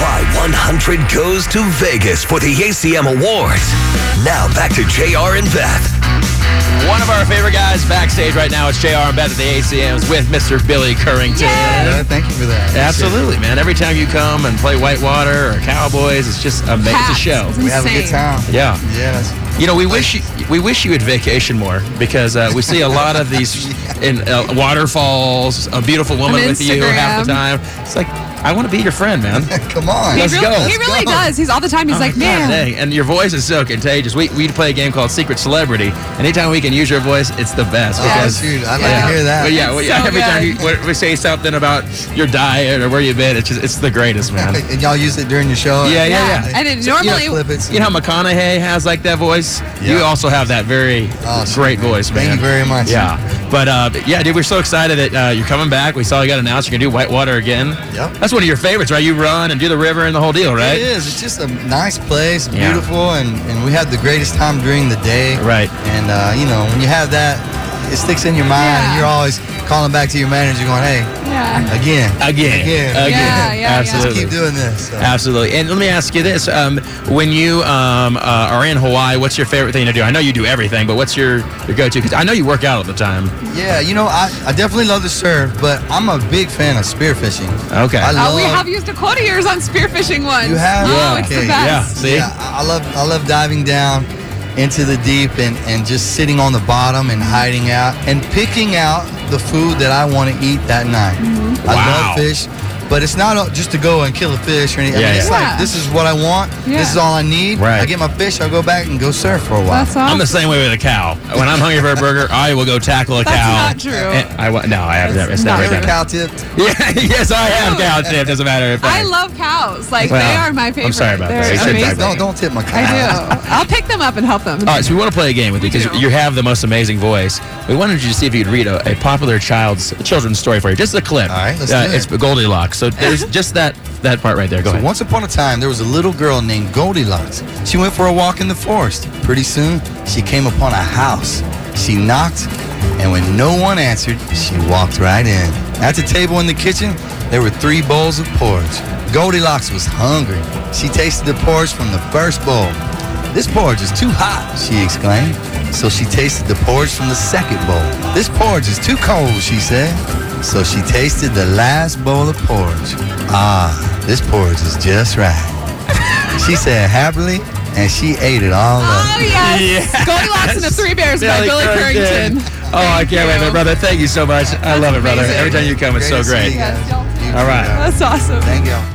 100 goes to Vegas for the ACM Awards. Now back to JR and Beth. One of our favorite guys backstage right now is JR and Beth at the ACMs with Mr. Billy Currington. Yeah, thank you for that. Absolutely, man. Every time you come and play Whitewater or Cowboys, it's just amazing. It's a Cats. show. It's We have a good insane. time. Yeah. Yes. You know, we wish you, we wish you would vacation more because uh, we see a lot of these in uh, waterfalls, a beautiful woman On with you half the time. Instagram. It's like I want to be your friend, man. Come on. Let's he really, go. He Let's really go. does. He's all the time. He's like, God man. dang. And your voice is so contagious. We we play a game called Secret Celebrity. Anytime we can use your voice, it's the best. Oh, because- shoot. I'd like yeah. to hear that. But yeah, well, yeah, So every time you, we- we say something about your diet or where you've been, it's just, it's the greatest, man. And y'all use it during your show. Yeah, yeah. And it You know, normally, clip it. You know how McConaughey has like that voice. You Yeah. also have that very Oh, shoot, great man. voice, man. Thank you very much. Yeah, but uh, but yeah, dude, we're so excited that uh, you're coming back. We saw you got announced you're gonna do Whitewater again. Yep. That's one of your favorites, right? You run and do the river and the whole deal, right? It is. It's just a nice place, Yeah. beautiful, and, and we had the greatest time during the day. Right. And, uh, you know, when you have that, it sticks in your mind, and Yeah. you're always calling back to your manager going, hey, yeah. again. Again, Again. again, Yeah, yeah, yeah. absolutely. Keep doing this. So. Absolutely. And let me ask you this: um, When you um, uh, are in Hawaii, what's your favorite thing to do? I know you do everything, but what's your, your go-to? Because I know you work out all the time. Yeah, you know, I, I definitely love to surf, but I'm a big fan of spearfishing. Okay. Oh, I Uh, love, we have used Dakota ears on spearfishing once. You have? Oh, Yeah. it's Okay, the yeah. best. See? Yeah, I I love I love diving down into the deep and, and just sitting on the bottom and hiding out and picking out the food that I want to eat that night. I Mm-hmm. Wow. love fish, but it's not uh, just to go and kill a fish or anything. Yeah, I mean, it's yeah. like Yeah. this is what I want. Yeah. This is all I need. Right. I get my fish. I'll go back and go surf for a while. That's I'm awesome. the same way with a cow. When I'm hungry for a burger, I will go tackle a That's cow. not true. And I wa- no, I have That's never. It's not never Every done. it. cow tipped. Yeah, yes, I have Dude. cow tipped. Doesn't matter if I love cows. Like they Well, are my I'm favorite. sorry about that. They're You should amazing. dive back. Don't don't tip my cow. I do. I'll pick them up and help them. All right, so we want to play a game with you because do. you have the most amazing voice. We wanted you to see if you'd read a, a popular child's children's story for you. Just a clip. Uh, All right, let's do it. It's Goldilocks. So there's just that that part right there. Go So ahead. once upon a time, there was a little girl named Goldilocks. She went for a walk in the forest. Pretty soon, she came upon a house. She knocked, and when no one answered, she walked right in. At the table in the kitchen, there were three bowls of porridge. Goldilocks was hungry. She tasted the porridge from the first bowl. This porridge is too hot, she exclaimed. So she tasted the porridge from the second bowl. This porridge is too cold, she said. So she tasted the last bowl of porridge. Ah, this porridge is just right. she said happily, and she ate it all Oh up. yes. Yes. Goldilocks and the Three Bears by Billy Currington. Oh, I can't wait, you. man, brother. Thank you so much. I love it, brother. amazing. Every time you come, it's so to see great. you guys. Yes, y'all too. All right. That's awesome. Thank you.